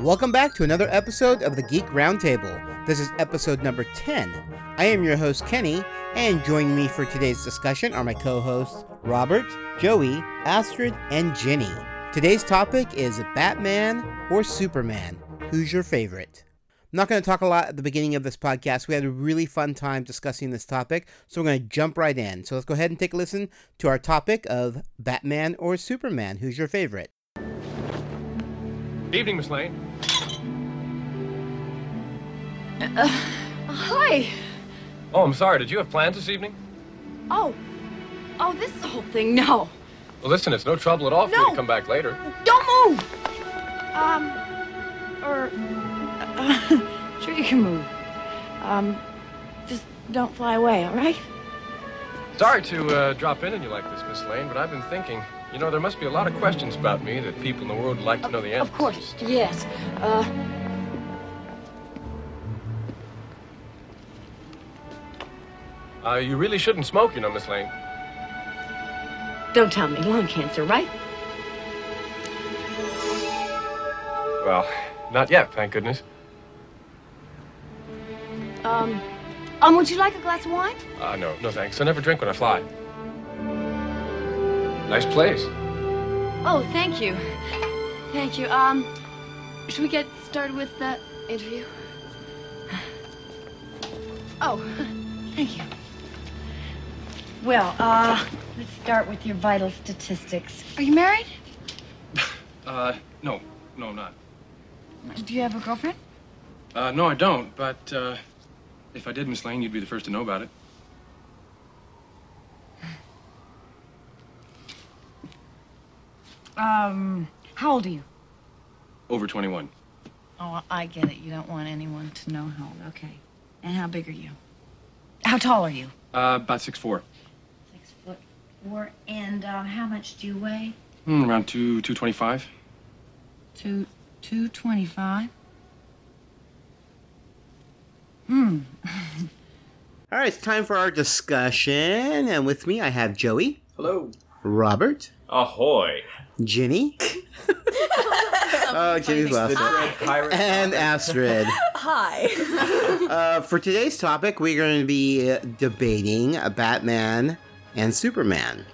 Welcome back to another episode of the Geek Roundtable. This is episode number 10. I am your host, Kenny, and joining me for today's discussion are my co hosts, Robert, Joey, Astrid, and Jenny. Today's topic is Batman or Superman? Who's your favorite? I'm not going to talk a lot at the beginning of this podcast. We had a really fun time discussing this topic, so we're going to jump right in. So let's go ahead and take a listen to our topic of Batman or Superman? Who's your favorite? Evening, Miss Lane. Uh, hi. Oh, I'm sorry. Did you have plans this evening? Oh. Oh, this whole thing. No. Well, listen, it's no trouble at all for you No. to come back later. Don't move. Um. Or. Uh, sure, you can move. Um. Just don't fly away, all right? Sorry to uh, drop in on you like this, Miss Lane, but I've been thinking. You know, there must be a lot of questions about me that people in the world would like to know the answers. Of course. Yes. Uh. Uh, you really shouldn't smoke, you know, Miss Lane. Don't tell me lung cancer, right? Well, not yet, thank goodness. Um. Um. Would you like a glass of wine? Uh, no, no thanks. I never drink when I fly. Nice place. Oh, thank you. Thank you. Um. Should we get started with the interview? Oh, thank you. Well, uh, let's start with your vital statistics. Are you married? Uh, no. No, I'm not. Do you have a girlfriend? Uh, no, I don't, but, uh, if I did, Miss Lane, you'd be the first to know about it. Um, how old are you? Over 21. Oh, I get it. You don't want anyone to know how old. Okay. And how big are you? How tall are you? Uh, about 6'4". Six foot four. And uh, how much do you weigh? Hmm, around 2, 225. Two, two twenty-five. Hmm. All right, it's time for our discussion. And with me, I have Joey. Hello. Robert, Ahoy. Ginny. oh, Ginny's The laughing. Dread Pirate. And Astrid. Hi. uh, for today's topic, we're going to be uh, debating uh, Batman and Superman.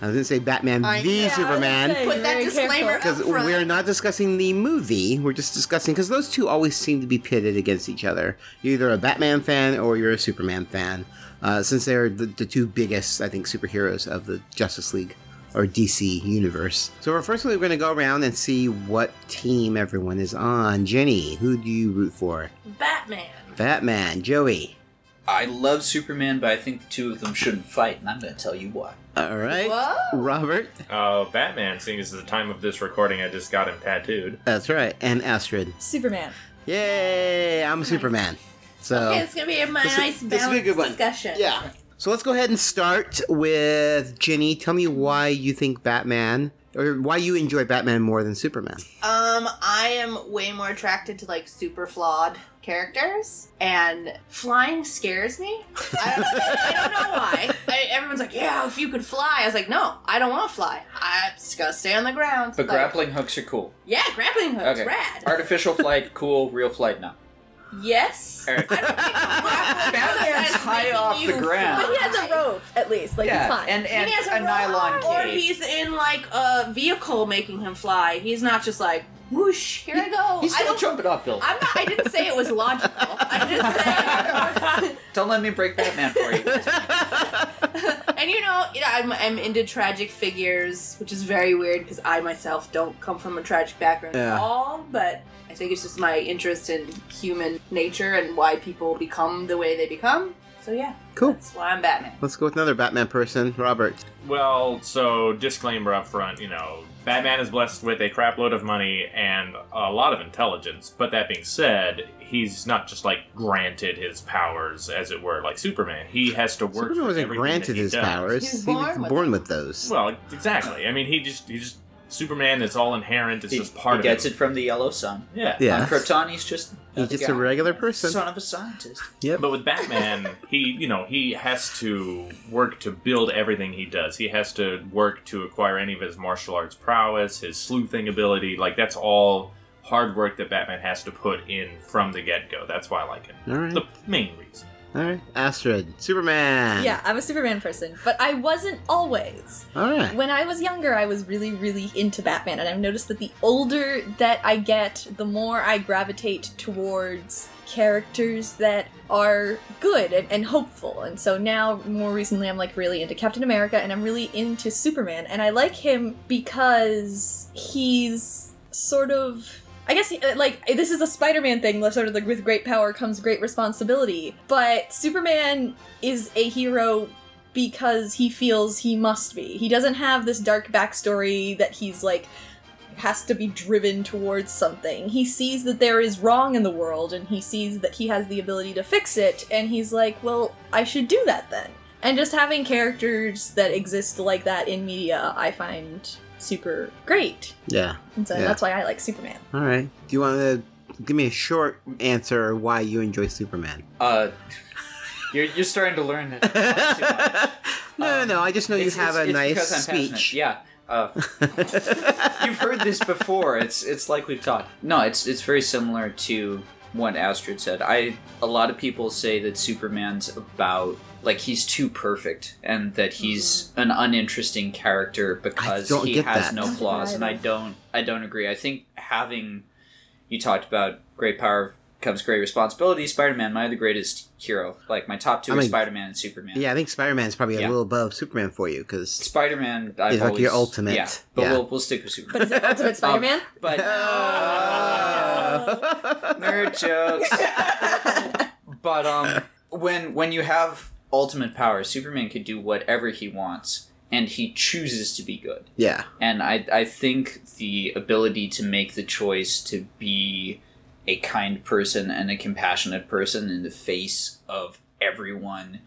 I was going to say Batman v Superman Put that disclaimer up because front. we're not discussing the movie. We're just discussing because those two always seem to be pitted against each other. You're either a Batman fan or you're a Superman fan, uh, since they're the, the two biggest, I think, superheroes of the Justice League or DC universe. So we're firstly we're going to go around and see what team everyone is on. Jenny, who do you root for? Batman. Batman, Joey. I love Superman, but I think the two of them shouldn't fight, and I'm going to tell you why. All right, Whoa. Robert. Uh, Batman, seeing as the time of this recording, I just got him tattooed. That's right, and Astrid. Superman. Yay! I'm Superman. So Okay, it's gonna be a my Oh. This- nice this will be a balanced good one. discussion. Yeah. So let's go ahead and start with Ginny. Tell me why you think Batman, or why you enjoy Batman more than Superman. Um, I am way more attracted to like super flawed characters, and flying scares me. I don't, I don't know why. I, everyone's like, "Yeah, if you could fly," I was like, "No, I don't want to fly. I'm just gonna stay on the ground." But Like, grappling hooks are cool. Yeah, grappling hooks. Okay. Rad. Artificial flight, cool. Real flight, no. yes. All right. I don't think grappling Batman's hooks high make off the you ground. fly. He has a rope, at least. Like, he's yeah, fine. and, and he has a nylon rope, Or cage. he's in like a vehicle making him fly. He's not just like whoosh, here I go. He's I still don't. jumping off buildings. I'm not. I didn't say it was logical. I didn't Don't let me break Batman for you. say. and you know, you know, I'm I'm into tragic figures, which is very weird because I myself don't come from a tragic background Yeah. at all. But I think it's just my interest in human nature and why people become the way they become. So yeah, Cool. that's why I'm Batman. Let's go with another Batman person, Robert. Well, so disclaimer up front, you know, Batman is blessed with a crapload of money and a lot of intelligence. But that being said, he's not just like granted his powers, as it were, like Superman. He has to work. Superman for wasn't everything granted that he his does. powers; He was he was born with born with those. Well, exactly. I mean, he just he just Superman is all inherent. It's He, just part he of gets him. it from the yellow sun. Yeah. Yeah. On Krypton, he's just He's another just a guy. regular person. son of a scientist. Yep. But with Batman, he you know he has to work to build everything he does. He has to work to acquire any of his martial arts prowess, his sleuthing ability. Like that's all hard work that Batman has to put in from the get go. That's why I like him. All right. The main reason. All right. Astrid. Superman. Yeah, I'm a Superman person, but I wasn't always. All right. When I was younger, I was really, really into Batman, and I've noticed that the older that I get, the more I gravitate towards characters that are good and, and hopeful. And so now, more recently, I'm like really into Captain America, and I'm really into Superman, and I like him because he's sort of. I guess uh, like this is a Spider-Man thing, like, sort of like with great power comes great responsibility. But Superman is a hero because he feels he must be. He doesn't have this dark backstory that he's like has to be driven towards something. He sees that there is wrong in the world and he sees that he has the ability to fix it and he's like, "Well, I should do that then." And just having characters that exist like that in media, I find super great. Yeah. And so Yeah. that's why I like Superman. All right. Do you want to give me a short answer why you enjoy Superman? Uh, you're, you're starting to learn it. no, no, Um, no. I just know you It's- have it's- a it's nice because I'm passionate. speech. Yeah. Uh, You've heard this before. It's it's like we've talked. No, it's it's very similar to what Astrid said. I a lot of people say that Superman's about like he's too perfect and that he's an uninteresting character because Mm-hmm. don't he get has that. no Don't flaws get and I either. don't I don't agree. I think having you talked about great power comes great responsibility. Spider-Man, my other greatest hero. Like my top two I are mean- Spider-Man and Superman. Yeah, I think Spider-Man's probably a Yeah. little above Superman for you because Spider Man. I've He's like always, your ultimate, Yeah, but yeah. we'll we'll stick with Superman. But is it Ultimate Spider-Man? but nerd jokes. but um, when when you have ultimate power, Superman could do whatever he wants, and he chooses to be good. yeah, And I I think the ability to make the choice to be a kind person and a compassionate person in the face of everyone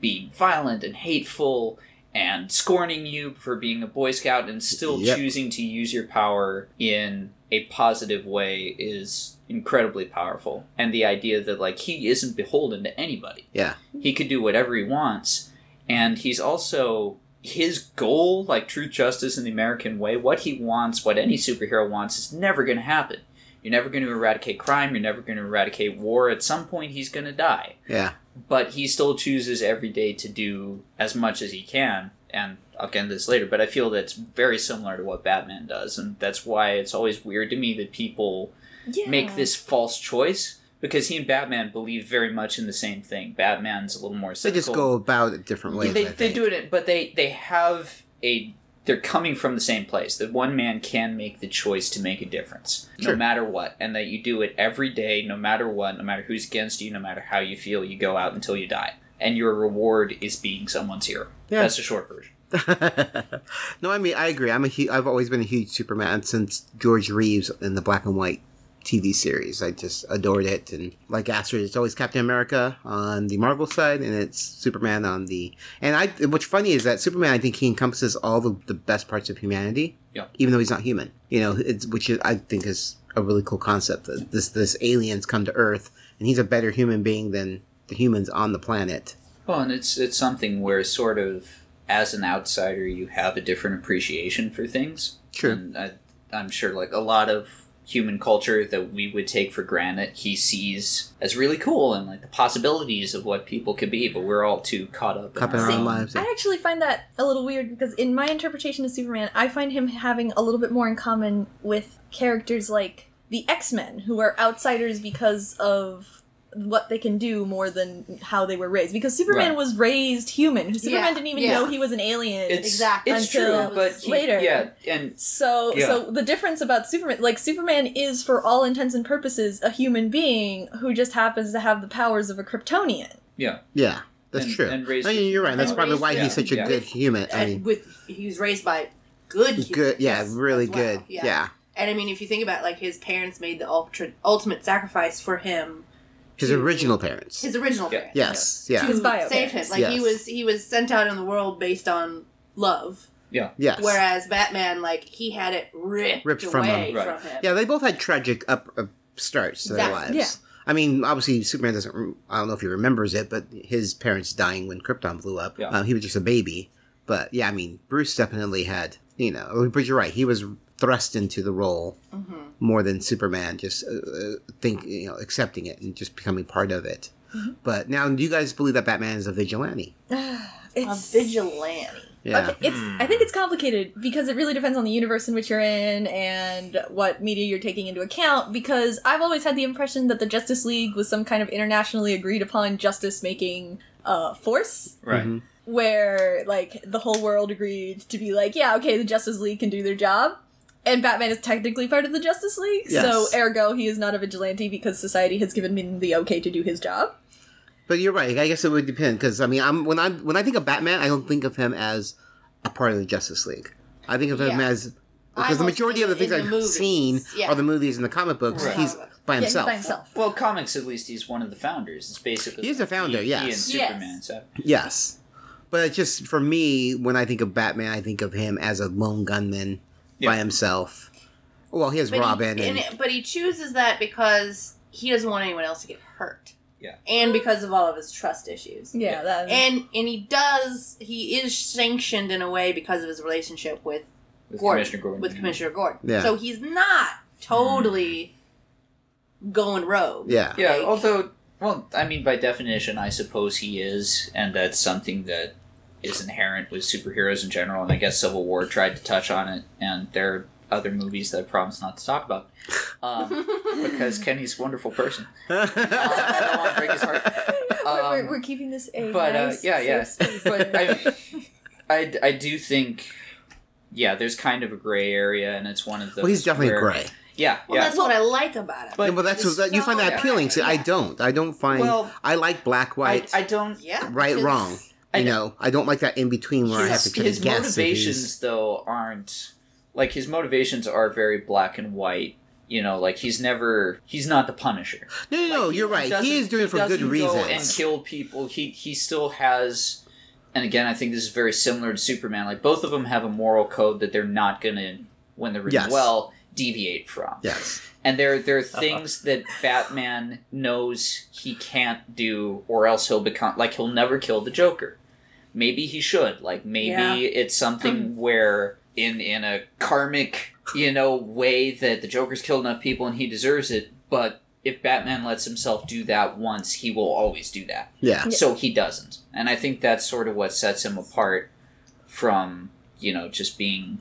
being violent and hateful and scorning you for being a Boy Scout and still Yep. choosing to use your power in a positive way is incredibly powerful. And the idea that, like, he isn't beholden to anybody. Yeah. He could do whatever he wants. And he's also. His goal, like truth, justice, and the American way, what he wants, what any superhero wants, is never going to happen. You're never going to eradicate crime. You're never going to eradicate war. At some point, he's going to die. yeah. But he still chooses every day to do as much as he can. And I'll get into this later, but I feel that's very similar to what Batman does. And that's why it's always weird to me that people Yeah. make this false choice because he and Batman believe very much in the same thing. Batman's a little more They cynical. just go about it different ways. They, I they think. do it, but they they have a they're coming from the same place. That one man can make the choice to make a difference, Sure. no matter what, and that you do it every day, no matter what, no matter who's against you, no matter how you feel, you go out until you die, and your reward is being someone's hero. Yeah. That's the short version. no, I mean I agree. I'm a hu- I've always been a huge Superman since George Reeves in the black and white TV series. I just adored it, and like Astrid, it's always Captain America on the Marvel side, and it's Superman on the. And I, what's funny is that Superman, I think he encompasses all the, the best parts of humanity, Yeah. even though he's not human. You know, it's which is, I think is a really cool concept. That this this aliens come to Earth, and he's a better human being than the humans on the planet. Well, and it's it's something where sort of as an outsider, you have a different appreciation for things. True. And I, I'm sure, like a lot of human culture that we would take for granted, he sees as really cool and like the possibilities of what people could be. But we're all too caught up. Caught up in our own own- lives. I actually find that a little weird because in my interpretation of Superman, I find him having a little bit more in common with characters like the X-Men, who are outsiders because of what they can do more than how they were raised. Because Superman Right. was raised human. Superman Yeah, didn't even yeah. know he was an alien. It's, Exactly. It's Until true, but he- later. yeah, and So, Yeah. so the difference about Superman, like Superman, is for all intents and purposes a human being who just happens to have the powers of a Kryptonian. yeah, Yeah, that's And- true. and raised- I mean, you're right. and That's probably raised- why yeah, he's such a yeah. good human. I And mean, with he was raised by good, humans good. Yeah, as- really as well. good. Yeah, And I mean, if you think about it, like his parents made the ultra, ultimate sacrifice for him, his original parents. his original Yeah. parents. Yes. Yeah. His bio save him. parents. Like he Yes. was he was sent out in the world based on love. Yeah. Yes. Whereas Batman, like, he had it ripped, Ripped from away him. Right. from him. Yeah, they both had tragic up, up starts to their lives. Exactly, yeah. I mean, obviously, Superman doesn't. rem- I don't know if he remembers it, but his parents dying when Krypton blew up. Yeah. Um, he was just a baby. But yeah, I mean, Bruce definitely had, you know, oh, but you're right. He was thrust into the role Mm-hmm. more than Superman, just uh, uh, think, you know, accepting it and just becoming part of it. Mm-hmm. But now, do you guys believe that Batman is a vigilante? A It's vigilante. Yeah. Okay, it's. I think it's complicated because it really depends on the universe in which you're in and what media you're taking into account. Because I've always had the impression that the Justice League was some kind of internationally agreed upon justice making uh, force, Right. Mhm. where like the whole world agreed to be like, yeah, okay, the Justice League can do their job, and Batman is technically part of the Justice League, Yes. so ergo he is not a vigilante because society has given him the okay to do his job. But you're right. I guess it would depend because I mean, I'm when I when I think of Batman, I don't think of him as a part of the Justice League. I think of him Yeah. as I because the mostly majority of the in things the I've movies, seen yeah. are the movies and the comic books. Right. He's by Yeah, he's himself. by himself. Well, comics at least he's one of the founders. It's basically He's the founder, He, yes. He and Yes. Superman. So Yes, but it's just for me, when I think of Batman, I think of him as a lone gunman by Yeah. himself. Well, he has But Robin, He, and, and- but he chooses that because he doesn't want anyone else to get hurt. Yeah. And because of all of his trust issues. Yeah, that And and he does he is sanctioned in a way because of his relationship with with Gordon, Commissioner Gordon. with yeah. Commissioner Gordon. Yeah. So he's not totally going rogue. yeah, Hmm. Yeah. Like- Although, well, I mean, by definition, I suppose he is, and that's something that is inherent with superheroes in general. And I guess Civil War tried to touch on it, and there are other movies that I promise not to talk about. Um, because Kenny's a wonderful person. I don't want to break his heart. we're, we're- Um, we're keeping this a but uh, nice, yeah, yeah. safe space. but I, I, I do think, yeah, there's kind of a gray area, and it's one of those. well, he's definitely where- gray. Yeah, Well, yeah. that's what I like about him. But- Yeah, well, that's it's what, you find that so- appealing. See, I yeah. don't. I don't find. Well, I like black, I, white, I don't. yeah. right, his- wrong. I You know, I don't like that in between where I have to His, try his to guess. if he's- motivations, though, aren't like his motivations are very black and white. You know, like he's never he's not the Punisher. No, no, no, Like, you're right. doesn't- He is doing it for good doesn't go reasons. and kill people. He he still has, and again, I think this is very similar to Superman. Like both of them have a moral code that they're not going to, when they're written Yes. well, deviate from. yes. And there there are things that Batman knows he can't do, or else he'll become like he'll never kill the Joker. Maybe he should. Like maybe Yeah. it's something where in in a karmic you know way that the Joker's killed enough people and he deserves it. But if Batman lets himself do that once, he will always do that. Yeah. So he doesn't. And I think that's sort of what sets him apart from, you know, just being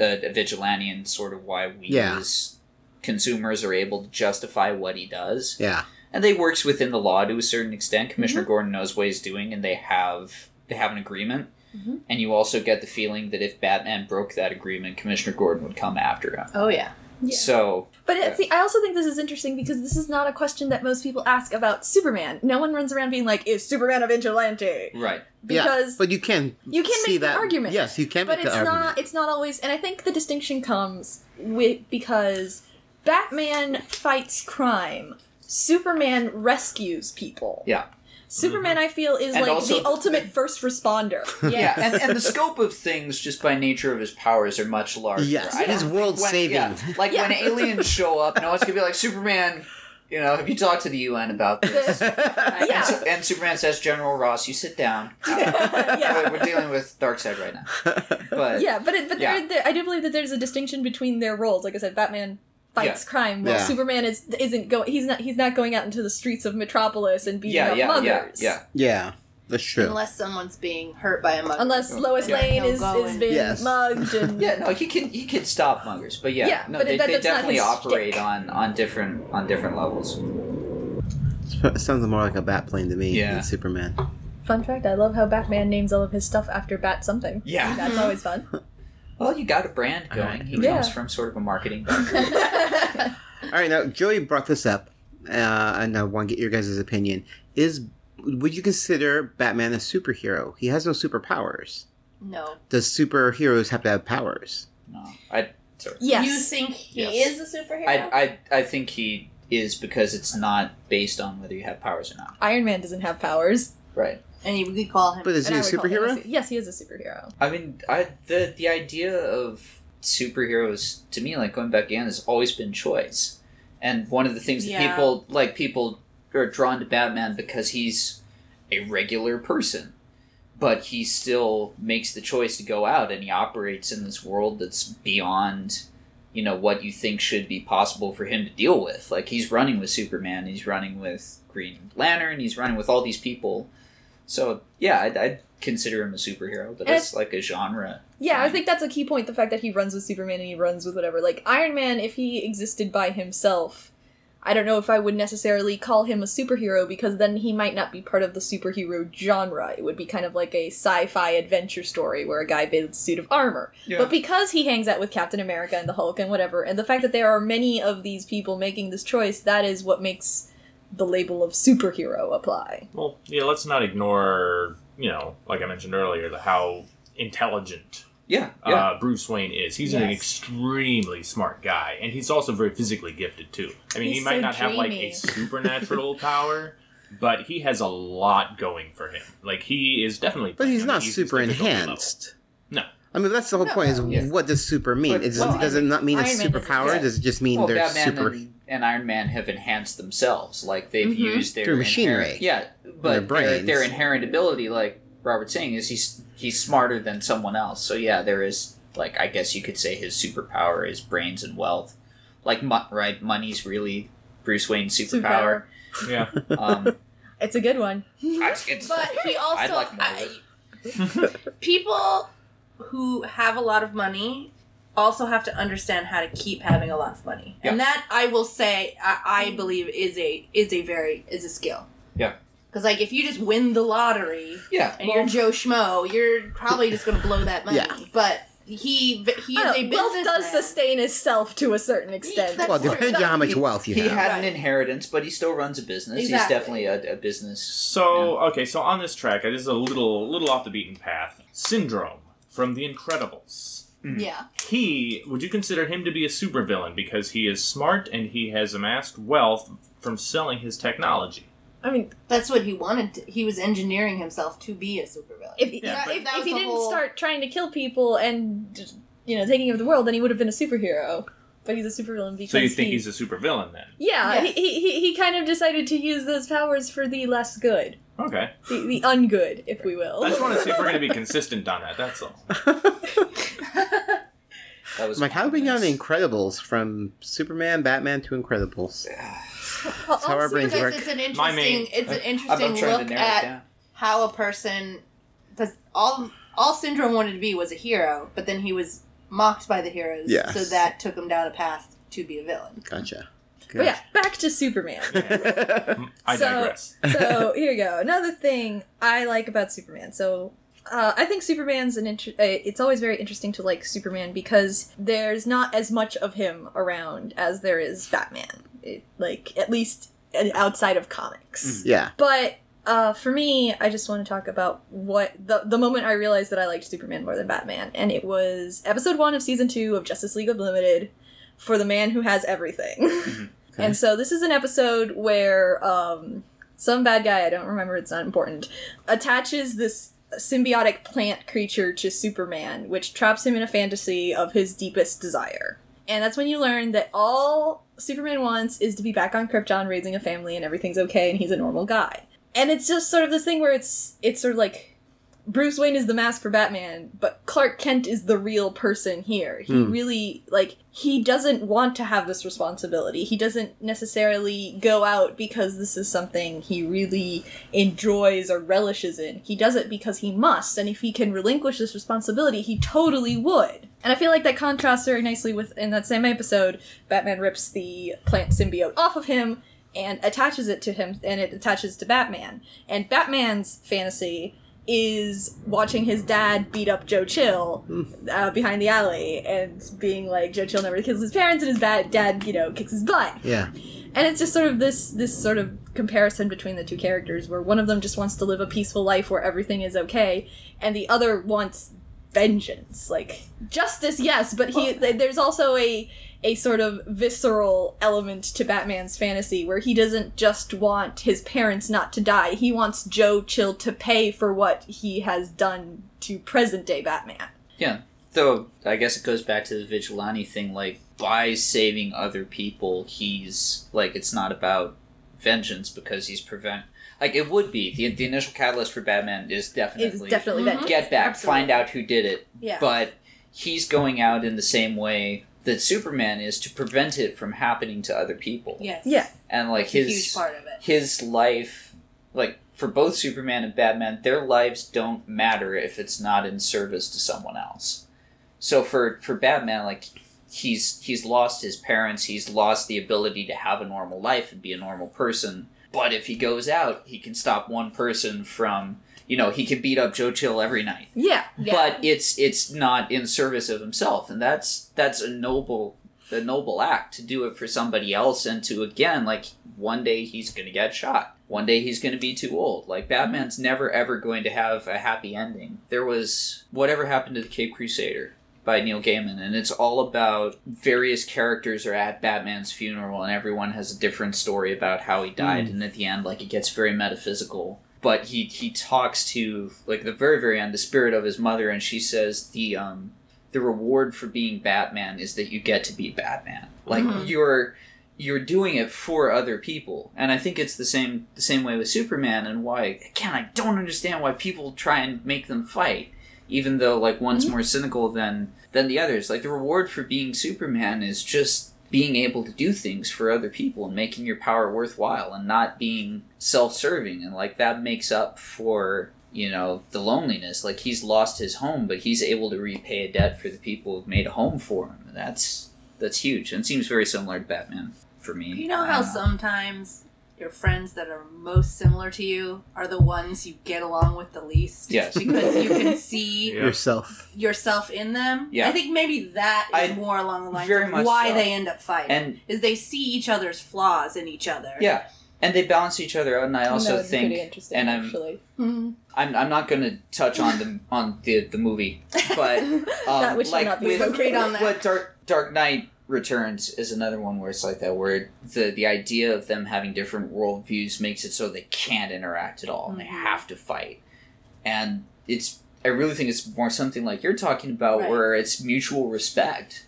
a, a vigilante and sort of why we Yeah. as consumers are able to justify what he does. Yeah. Mhm. And they works within the law to a certain extent. Commissioner Gordon knows what he's doing and they have they have an agreement. Mm-hmm. And you also get the feeling that if Batman broke that agreement, Commissioner Gordon would come after him. Oh yeah. Yeah. So But it, see, I also think this is interesting because this is not a question that most people ask about Superman. No one runs around being like, "Is Superman a vigilante?" yeah. right. Because But you can you can see make the that argument. Yes, you can but make it's the argument. not it's not always and i think the distinction comes with because batman fights crime superman rescues people Yeah. superman Mm-hmm. i feel is And like also- the ultimate first responder yeah, and, and the scope of things just by nature of his powers are much larger. Yes, I don't he's think world when- saving. yeah, like when Yeah. aliens show up, no one's gonna be like Superman. You know, have you talked to the UN about this? yeah, And, Su- and Superman says, General Ross, you sit down. yeah. We're we're dealing with Darkseid right now. But yeah but it, but Yeah. There, there, i do believe that there's a distinction between their roles like i said batman fights Yeah. crime while Yeah. superman is isn't going he's not he's not going out into the streets of metropolis and beating yeah, up yeah, yeah, muggers yeah. yeah, that's true. Unless someone's being hurt by a mug. unless lois Yeah. lane He'll is go is and- being Yes. mugged and Yeah, no, he can he can stop muggers, but yeah, Yeah, no, but they, that- they that's not definitely his operate shtick. on on different on different levels. It sounds more like a bat plane to me Yeah. than Superman. Fun fact: I love how Batman names all of his stuff after Bat something. Yeah. Mm-hmm. that's always fun. Well, you got a brand going. He Yeah. comes from sort of a marketing background. All right, now Joey brought this up, uh, and I want to get your guys' opinion. Is would you consider Batman a superhero? He has no superpowers. no. Does superheroes have to have powers? No, I sorry. Yes, You think he Yes. is a superhero? I, I I think he is because it's not based on whether you have powers or not. Iron Man doesn't have powers. Right. And you could call him. But is And he a I would call him superhero? yes, he is a superhero. I mean, I the the idea of superheroes to me, like going back in, has always been choice. And one of the things that Yeah. people like people are drawn to Batman because he's a regular person, but he still makes the choice to go out and he operates in this world that's beyond you know what you think should be possible for him to deal with like he's running with superman he's running with green lantern he's running with all these people so yeah i'd, I'd consider him a superhero but And it's like a genre Yeah, I think that's a key point. The fact that he runs with Superman and he runs with whatever. Like Iron Man, if he existed by himself, I don't know if I would necessarily call him a superhero because then he might not be part of the superhero genre. It would be kind of like a sci-fi adventure story where a guy builds a suit of armor. Yeah. But because he hangs out with Captain America and the Hulk and whatever, and the fact that there are many of these people making this choice, that is what makes the label of superhero apply. Well, yeah, let's not ignore, you know, like I mentioned earlier, the how intelligent yeah yeah uh, Bruce Wayne is. He's an Yes. extremely smart guy, and he's also very physically gifted too. I mean, he He's might so not have like a dreamy. supernatural power, but he has a lot going for him. Like he is definitely. But he's on not the easiest super difficulty level. enhanced. No. I mean, that's the whole point. Is yeah. what does super mean? But- Is, well, does it not mean it's Iron Man doesn't- superpower? yeah. Does it just mean well, they're Batman super? and, and Iron Man have enhanced themselves. Like they've Mm-hmm. Mhm. used their Through machinery. inherent- yeah, their but their, brains. their inherent ability, like Robert's saying, is he's he's smarter than someone else. So yeah, there is like I guess you could say his superpower is brains and wealth. Like mo- right, money's really Bruce Wayne's superpower. Yeah. um, It's a good one. I, it's, But he also. I'd like more. I- people who have a lot of money also have to understand how to keep having a lot of money, and that I will say I, I believe is a is a very is a skill. Yeah. Because like if you just win the lottery yeah, and you're Joe Schmo, you're probably just going to blow that money. Yeah. But he he is I a don't know, Oh, wealth businessman. does sustain itself to a certain extent. that's Well, true. depends on how much He- wealth you he have. had an Right. inheritance, but he still runs a business. He's Exactly. definitely a, a business. So okay, so on this track, this is a little little off the beaten path. Syndrome from The Incredibles. Mm-hmm. Yeah. he would you consider him to be a supervillain because he is smart and he has amassed wealth from selling his technology I mean, That's what he wanted. To, he was engineering himself to be a supervillain. if, Yeah, if, but- if, That was he the didn't whole- start trying to kill people and you know taking over the world, then he would have been a superhero. But he's a supervillain because so you think he, he's a supervillain then yeah, Yes. he, he he kind of decided to use those powers for the less good, okay the, the ungood, if we will. i just want to see if we're going to be consistent on that that's all That was I'm like, how do we get on ominous. the Incredibles from Superman, Batman to Incredibles? Well, how our also- brains- Because it's an My main- interesting, it's an I'm, interesting I'm trying to look narrow it at down. how a person because all all syndrome wanted to be was a hero but then he was mocked by the heroes Yes. so that took him down a path to be a villain Gotcha. But yeah, back to Superman. Mm, i So- digress so here you go. Another thing I like about Superman. So uh, I think Superman's an inter- uh, it's always very interesting to like Superman because there's not as much of him around as there is Batman. It, like at least uh, outside of comics. yeah. But uh, for me, I just want to talk about what the the moment I realized that I liked Superman more than Batman, and it was episode one of season two of Justice League Unlimited for the man who has everything. And so this is an episode where um, some bad guy I don't remember; it's not important. Attaches this symbiotic plant creature to Superman, which traps him in a fantasy of his deepest desire. And that's when you learn that all Superman wants is to be back on Krypton raising a family and everything's okay and he's a normal guy. And it's just sort of this thing where it's it's sort of like Bruce Wayne is the mask for Batman, but Clark Kent is the real person here. He Hmm. really like he doesn't want to have this responsibility. He doesn't necessarily go out because this is something he really enjoys or relishes in. He does it because he must, and if he can relinquish this responsibility, he totally would. And I feel like that contrasts very nicely with in that same episode, Batman rips the plant symbiote off of him and attaches it to him and it attaches to Batman. And Batman's fantasy is watching his dad beat up Joe Chill uh, behind the alley and being like Joe Chill never kills his parents and his bad dad, you know, kicks his butt Yeah. and it's just sort of this this sort of comparison between the two characters where one of them just wants to live a peaceful life where everything is okay and the other wants vengeance like justice yes but he th- there's also a a sort of visceral element to Batman's fantasy where he doesn't just want his parents not to die, he wants Joe Chill to pay for what he has done to present day Batman. Yeah. Though I guess it goes back to the vigilante thing, like by saving other people, he's like it's not about vengeance because he's prevent like it would be. The the initial catalyst for Batman is It's definitely definitely Mm-hmm. Mhm. vengeance. get back, Absolutely. find out who did it. Yeah. But he's going out in the same way that Superman is to prevent it from happening to other people. Yes. Yeah. And like It's a his huge part of it. his life like for both superman and batman their lives don't matter if it's not in service to someone else so for for batman like he's he's lost his parents he's lost the ability to have a normal life and be a normal person but if he goes out he can stop one person from you know he can beat up joe chill every night Yeah. Yeah. but it's it's not in service of himself and that's that's a noble a noble act to do it for somebody else and to again like one day he's gonna get shot one day he's gonna be too old like batman's never ever going to have a happy ending there was whatever happened to the cape crusader by neil gaiman and it's all about various characters are at batman's funeral and everyone has a different story about how he died and at the end like it gets very metaphysical but he he talks to like the very very end the spirit of his mother and she says the um the reward for being batman is that you get to be batman like you're you're doing it for other people and i think it's the same the same way with superman and why again i don't understand why people try and make them fight even though like one's Mm-hmm. more cynical than than the others like the reward for being superman is just being able to do things for other people and making your power worthwhile and not being self-serving and like that makes up for you know the loneliness like he's lost his home but he's able to repay a debt for the people who've made a home for him And that's that's huge and seems very similar to batman for me Um, You know I how don't sometimes your friends that are most similar to you are the ones you get along with the least? Yes. Because you can see Yeah. yourself. yourself in them. Yeah. I think maybe that is I- more along the lines very of much why so. they end up fighting. and is they see each other's flaws in each other. yeah and they balance each other out and i also think and i'm actually. I'm, I'm not going to touch on the on the the movie, but um, That we should like not be with, agreed on that. What Dark Dark Knight Returns is another one where it's like that. Where the the idea of them having different worldviews makes it so they can't interact at all and they Mm-hmm. Mhm. have to fight, and it's I really think it's more something like you're talking about, Right. where it's mutual respect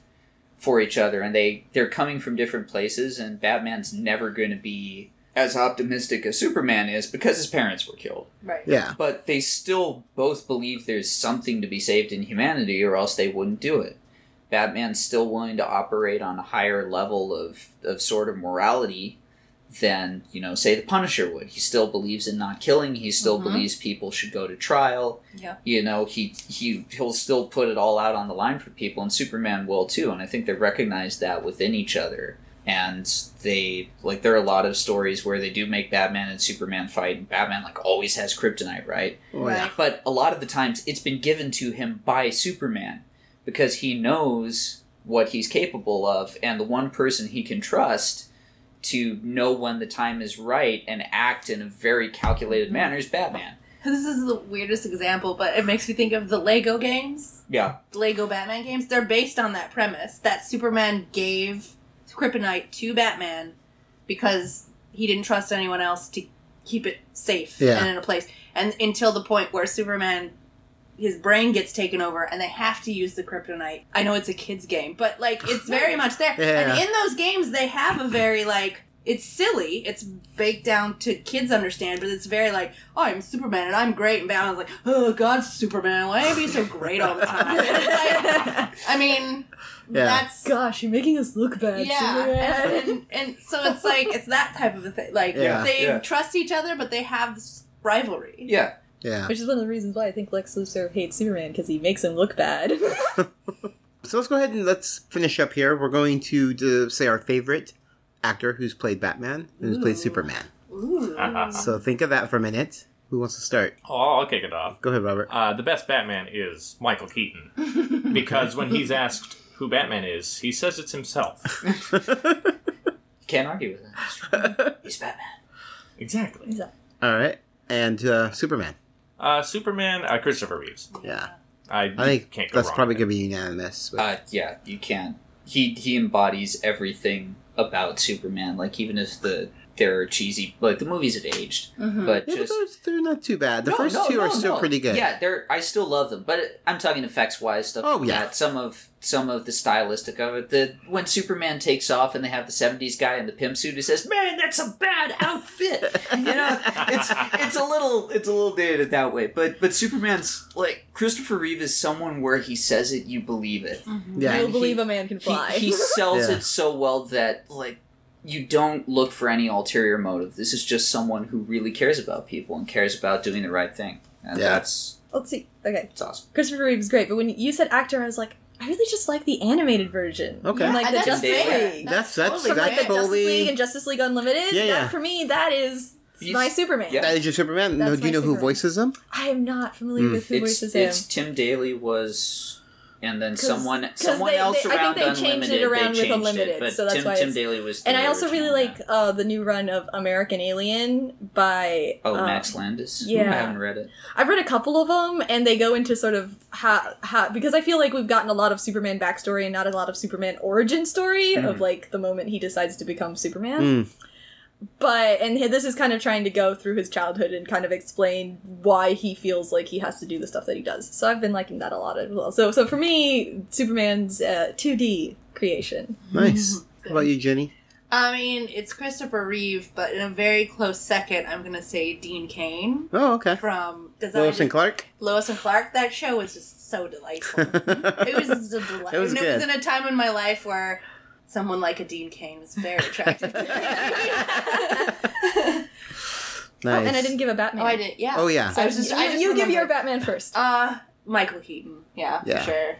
for each other, and they they're coming from different places, and Batman's never going to be as optimistic as Superman is because his parents were killed Right. Yeah. but they still both believe there's something to be saved in humanity or else they wouldn't do it batman's still willing to operate on a higher level of, of sort of morality than you know say the punisher would he still believes in not killing he still Mhm. believes people should go to trial Yeah. you know he, he he'll still put it all out on the line for people and superman will too and i think they recognize that within each other and they like there are a lot of stories where they do make batman and superman fight and batman like always has kryptonite right Oh, yeah. but a lot of the times it's been given to him by Superman because he knows what he's capable of and the one person he can trust to know when the time is right and act in a very calculated manner is Batman. This is the weirdest example, but it makes me think of the Lego games, Yeah. the Lego Batman games. They're based on that premise that Superman gave kryptonite to Batman because he didn't trust anyone else to keep it safe Yeah. and in a place. And until the point where Superman his brain gets taken over and they have to use the kryptonite. I know it's a kids game, but like it's very much there. Yeah. And in those games they have a very like it's silly. It's baked down to kids understand, but it's very like, oh, I'm Superman and I'm great. And Batman's like, oh, God, Superman, why are you being so great all the time? It's like, I mean, Yeah. that's Gosh, you're making us look bad. yeah, Superman. and, and, and so it's like it's that type of a thing. Like Yeah. they Yeah. trust each other, but they have this rivalry. Yeah. Yeah. Which is one of the reasons why I think Lex Luthor hates Superman because he makes him look bad. So let's go ahead and let's finish up here. We're going to, to say our favorite actor who's played Batman and who's played Ooh. Superman. Ooh. So think of that for a minute. Who wants to start? Uh-huh. Oh, I'll kick it off. Go ahead, Robert. Uh, the best Batman is Michael Keaton because when he's asked who Batman is, he says it's himself. Can't argue with that. He's Batman. Exactly. All right. And uh, Superman. Uh, Superman, uh, Christopher Reeves. Yeah. I, I think can't go that's wrong probably with going to be unanimous. but- Uh, yeah, you can't. he he embodies everything about Superman. Like even if the there are cheesy like the movies have aged, but Yeah, but just those, they're not too bad. The No, first no, two are no, still no. pretty good. Yeah, they're I still love them, but I'm talking effects wise stuff. Oh, like yeah. that. some of some of the stylistic of it. The when Superman takes off and they have the '70s guy in the pimp suit who says, "Man, that's a bad outfit." you know, it's it's a little it's a little dated that way, but but Superman's like Christopher Reeve is someone where he says it, you believe it. Yeah. You'll he- believe a man can He, fly. he sells Yeah. it so well that like you don't look for any ulterior motive. This is just someone who really cares about people and cares about doing the right thing, and Yeah. that's Let's see. Okay, it's awesome. Christopher Reeve's great, but when you said actor, I was like, I really just like the animated version. Okay. And, like And the that's Justice fair. League. That's that's Totally From like that's the Justice League totally. and Justice League Unlimited. Yeah, yeah. That, for me, that is He's- my Superman. yeah. That is your Superman. No, That's do you my know who Superman. voices him? I am not familiar Mm. with who It's, voices him. it's Tim Daly was, and then 'Cause- someone 'cause someone they- else they- I think around they changed Unlimited. it around with they changed Unlimited, it, but so that's Tim, why Tim it's- Daly was. The and I also really original like man. uh, the new run of American Alien by Oh, uh, Max Landis. yeah. I haven't read it. I've read a couple of them, and they go into sort of how how because I feel like we've gotten a lot of Superman backstory and not a lot of Superman origin story of like the moment he decides to become Superman. Mm. But and this is kind of trying to go through his childhood and kind of explain why he feels like he has to do the stuff that he does. So I've been liking that a lot as well. So so for me, Superman's uh, 2D creation. Nice. How about you, Jenny? I mean, it's Christopher Reeve, but in a very close second, I'm gonna say Dean Kane Oh, okay. from Design Lois and Clark. Lois and Clark. That show was just so delightful. it was just a delight. It was and it good. was in a time in my life where someone like a Dean Kane was very attractive. to me. nice. Oh, and I didn't give a Batman. oh, I did. Yeah. Oh, yeah. So I was just. you, I just you give your remembered. Batman first. Uh, Michael Keaton. Yeah, Yeah. for sure.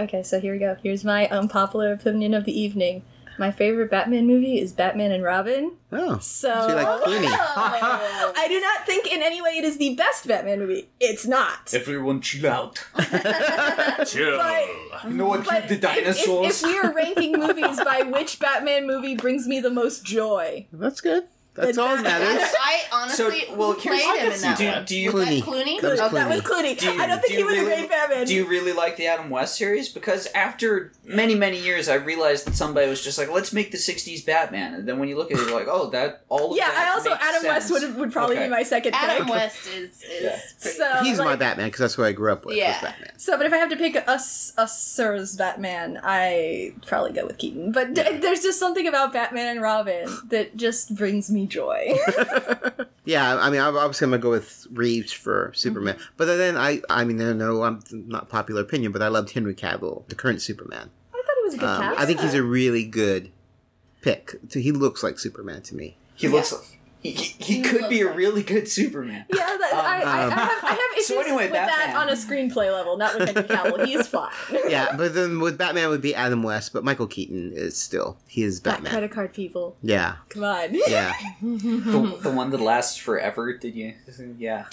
Okay, so here we go. Here's my unpopular opinion of the evening. My favorite Batman movie is Batman and Robin. Oh, So, so you like Clooney? Oh. I do not think in any way it is the best Batman movie. It's not. Everyone chill out. Chill. But- You know what Uh-huh. But if- if- If, we are ranking movies by which Batman movie brings me the most joy, That's good. That's But all that- that I, matters. so, honestly well, who here's played him in that do, one. do you Was Clooney. that Clooney? That was Oh, that was Clooney. Do you- I don't think do he you was really- a great Batman. Do you really like the Adam West series? Because after many, many years, I realized that somebody was just like, let's make the 60s Batman. And then when you look at it, you're like, oh, that, all of yeah, that I also makes Adam West sense. would would probably Okay. be my second Adam pick. West is is Yeah. pretty- So He's my like- Batman because that's what I grew up with. was Yeah. Batman. So, but if I have to pick a, s- a Sir's Batman, I probably go with Keaton. But d- there's just something about Batman and Robin that just brings me joy. Yeah, I mean, I'm obviously I'm gonna go with Reeves for Superman, but then I, I mean, I know I'm not popular opinion, but I loved Henry Cavill, the current Superman. I thought it was a good Um, cast. I think he's a really good pick. So he looks like Superman to me. He looks. He, he, he could be a really good Superman. yeah, that, I, I, I, Um, have, I have issues so anyway, with that Batman. on a screenplay level, not with Henry Cavill. He's fine. Yeah, but then with Batman would be Adam West, but Michael Keaton is still he is Black Batman. credit card people, Yeah, come on. yeah. the, the one that lasts forever. Did you? Yeah.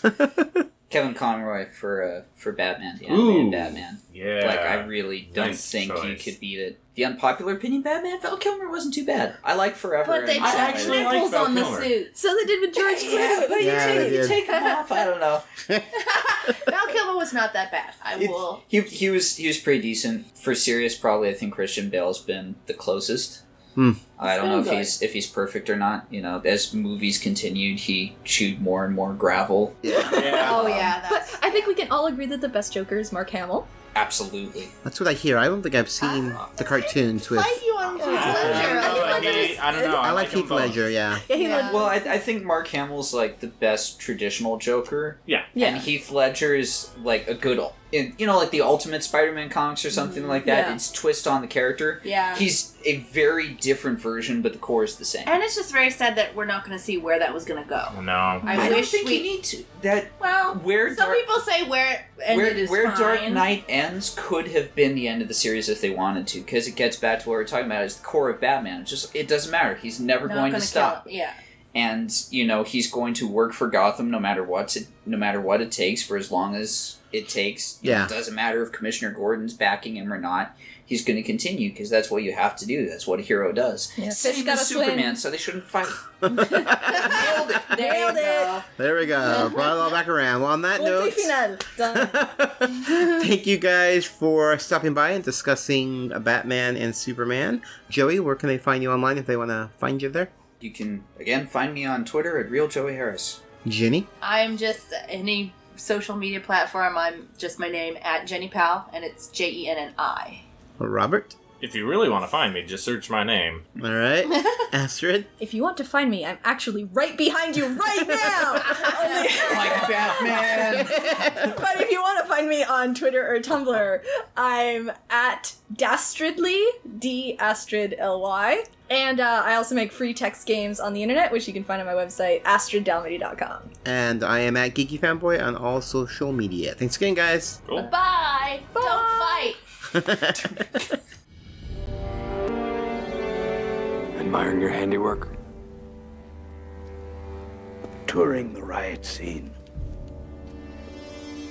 Kevin Conroy for uh, for Batman, the animated Ooh. Batman. Yeah. Like I really don't Nice think you choice. could beat it. The unpopular opinion, Batman. Val Kilmer wasn't too bad. I like Forever. But they and Twilight. put actually like nipples Val on the Kilmer. suits. So they did with George yeah, Clooney. but you Yeah, they take, you did. take them off. I don't know. Val Kilmer was not that bad. I It- will. He, he was he was pretty decent for serious. Probably I think Christian Bale's been the closest. Hmm. I don't know if Sounds he's if he's perfect or not. You know, as movies continued, he chewed more and more gravel. Yeah. Oh yeah, But that's, I think we can all agree that the best Joker is Mark Hamill. Absolutely. That's what I hear. I don't think I've seen the cartoons with. fight you on Heath I Ledger. don't know, I I think hate- I don't know. I like them Heath both. Ledger. Yeah, Yeah, he Yeah. looked- Well, I, I think Mark Hamill's like the best traditional Joker. Yeah. Yeah. And Heath Ledger is like a good, in, you know, like the Ultimate Spider-Man comics or something like that. Yeah. It's twist on the character. Yeah. He's a very different version, but the core is the same. and it's just very sad that we're not going to see where that was going to go. No. I, I don't wish think we. you need to. That well, where some Dark, people say where it ended where, is where fine. Dark Knight ends could have been the end of the series if they wanted to, because it gets back to what we're talking about. It's the core of Batman. It's just it doesn't matter. He's never Not going gonna to stop. Kill, yeah. and you know he's going to work for Gotham no matter what to, no matter what it takes for as long as it takes. You know, Yeah. it doesn't matter if Commissioner Gordon's backing him or not. He's going to continue because that's what you have to do. That's what a hero does. Yeah, fish Same gotta as Superman, swim. so they shouldn't fight. there Nailed it. we go. Brought it all back around. Well, on that Punto note. final. Done. Thank you guys for stopping by and discussing Batman and Superman. Joey, where can they find you online if they want to find you there? You can again find me on Twitter at real Joey Harris. Jenny? I'm just any social media platform. I'm just my name at Jenny Powell, and it's J E N N I. Robert? If you really want to find me, just search my name. All right. Astrid? If you want to find me, I'm actually right behind you right now. Only- Like Batman. but if you want to find me on Twitter or Tumblr, I'm at Dastridly, D Astrid L Y. And uh, I also make free text games on the internet, which you can find on my website, astriddalmedy.com. And I am at Geeky Fanboy on all social media. Thanks again, guys. Cool. Bye. Don't fight. Admiring your handiwork? Touring the riot scene.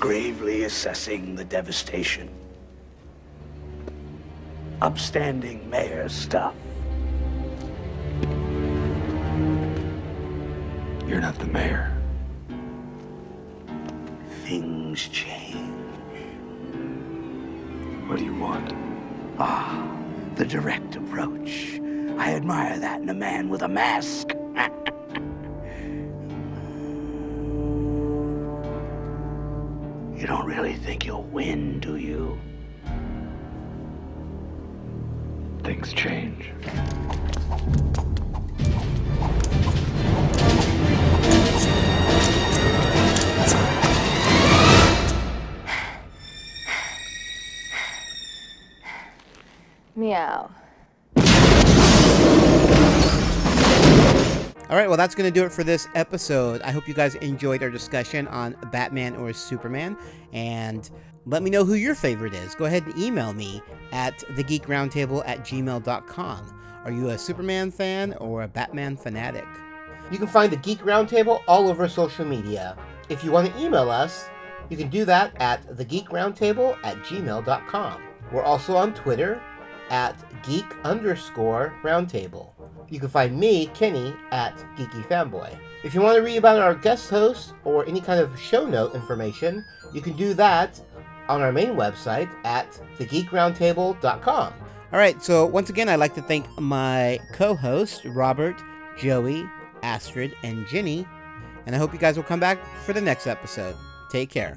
Gravely assessing the devastation. Upstanding mayor stuff. You're not the mayor. Things change. What do you want? Ah, the direct approach. I admire that in a man with a mask. you don't really think you'll win, do you? Things change. Meow. All right, well, that's going to do it for this episode. I hope you guys enjoyed our discussion on Batman or Superman. And let me know who your favorite is. Go ahead and email me at thegeekroundtable at gmail.com. Are you a Superman fan or a Batman fanatic? You can find the Geek Roundtable all over social media. If you want to email us, you can do that at thegeekroundtable at gmail.com. We're also on Twitter at geek underscore roundtable. You can find me, Kenny, at Geeky Fanboy. If you want to read about our guest hosts or any kind of show note information, you can do that on our main website at thegeekroundtable.com. All right, so once again, I'd like to thank my co host, Robert, Joey, Astrid, and Ginny, and I hope you guys will come back for the next episode. Take care.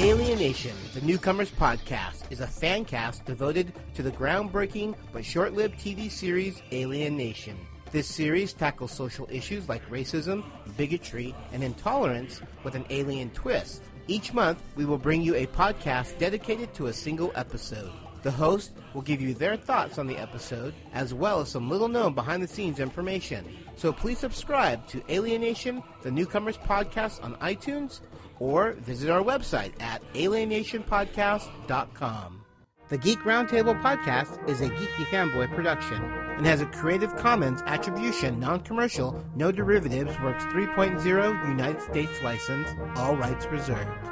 Alienation, the Newcomers Podcast, is a fan cast devoted to the groundbreaking but short lived TV series Alienation. This series tackles social issues like racism, bigotry, and intolerance with an alien twist. Each month, we will bring you a podcast dedicated to a single episode. The host will give you their thoughts on the episode, as well as some little known behind the scenes information. So please subscribe to Alienation, the Newcomers Podcast on iTunes, or visit our website at alienationpodcast.com. The Geek Roundtable podcast is a geeky fanboy production and has a Creative Commons Attribution, Non Commercial, No Derivatives Works 3.0 United States license, all rights reserved.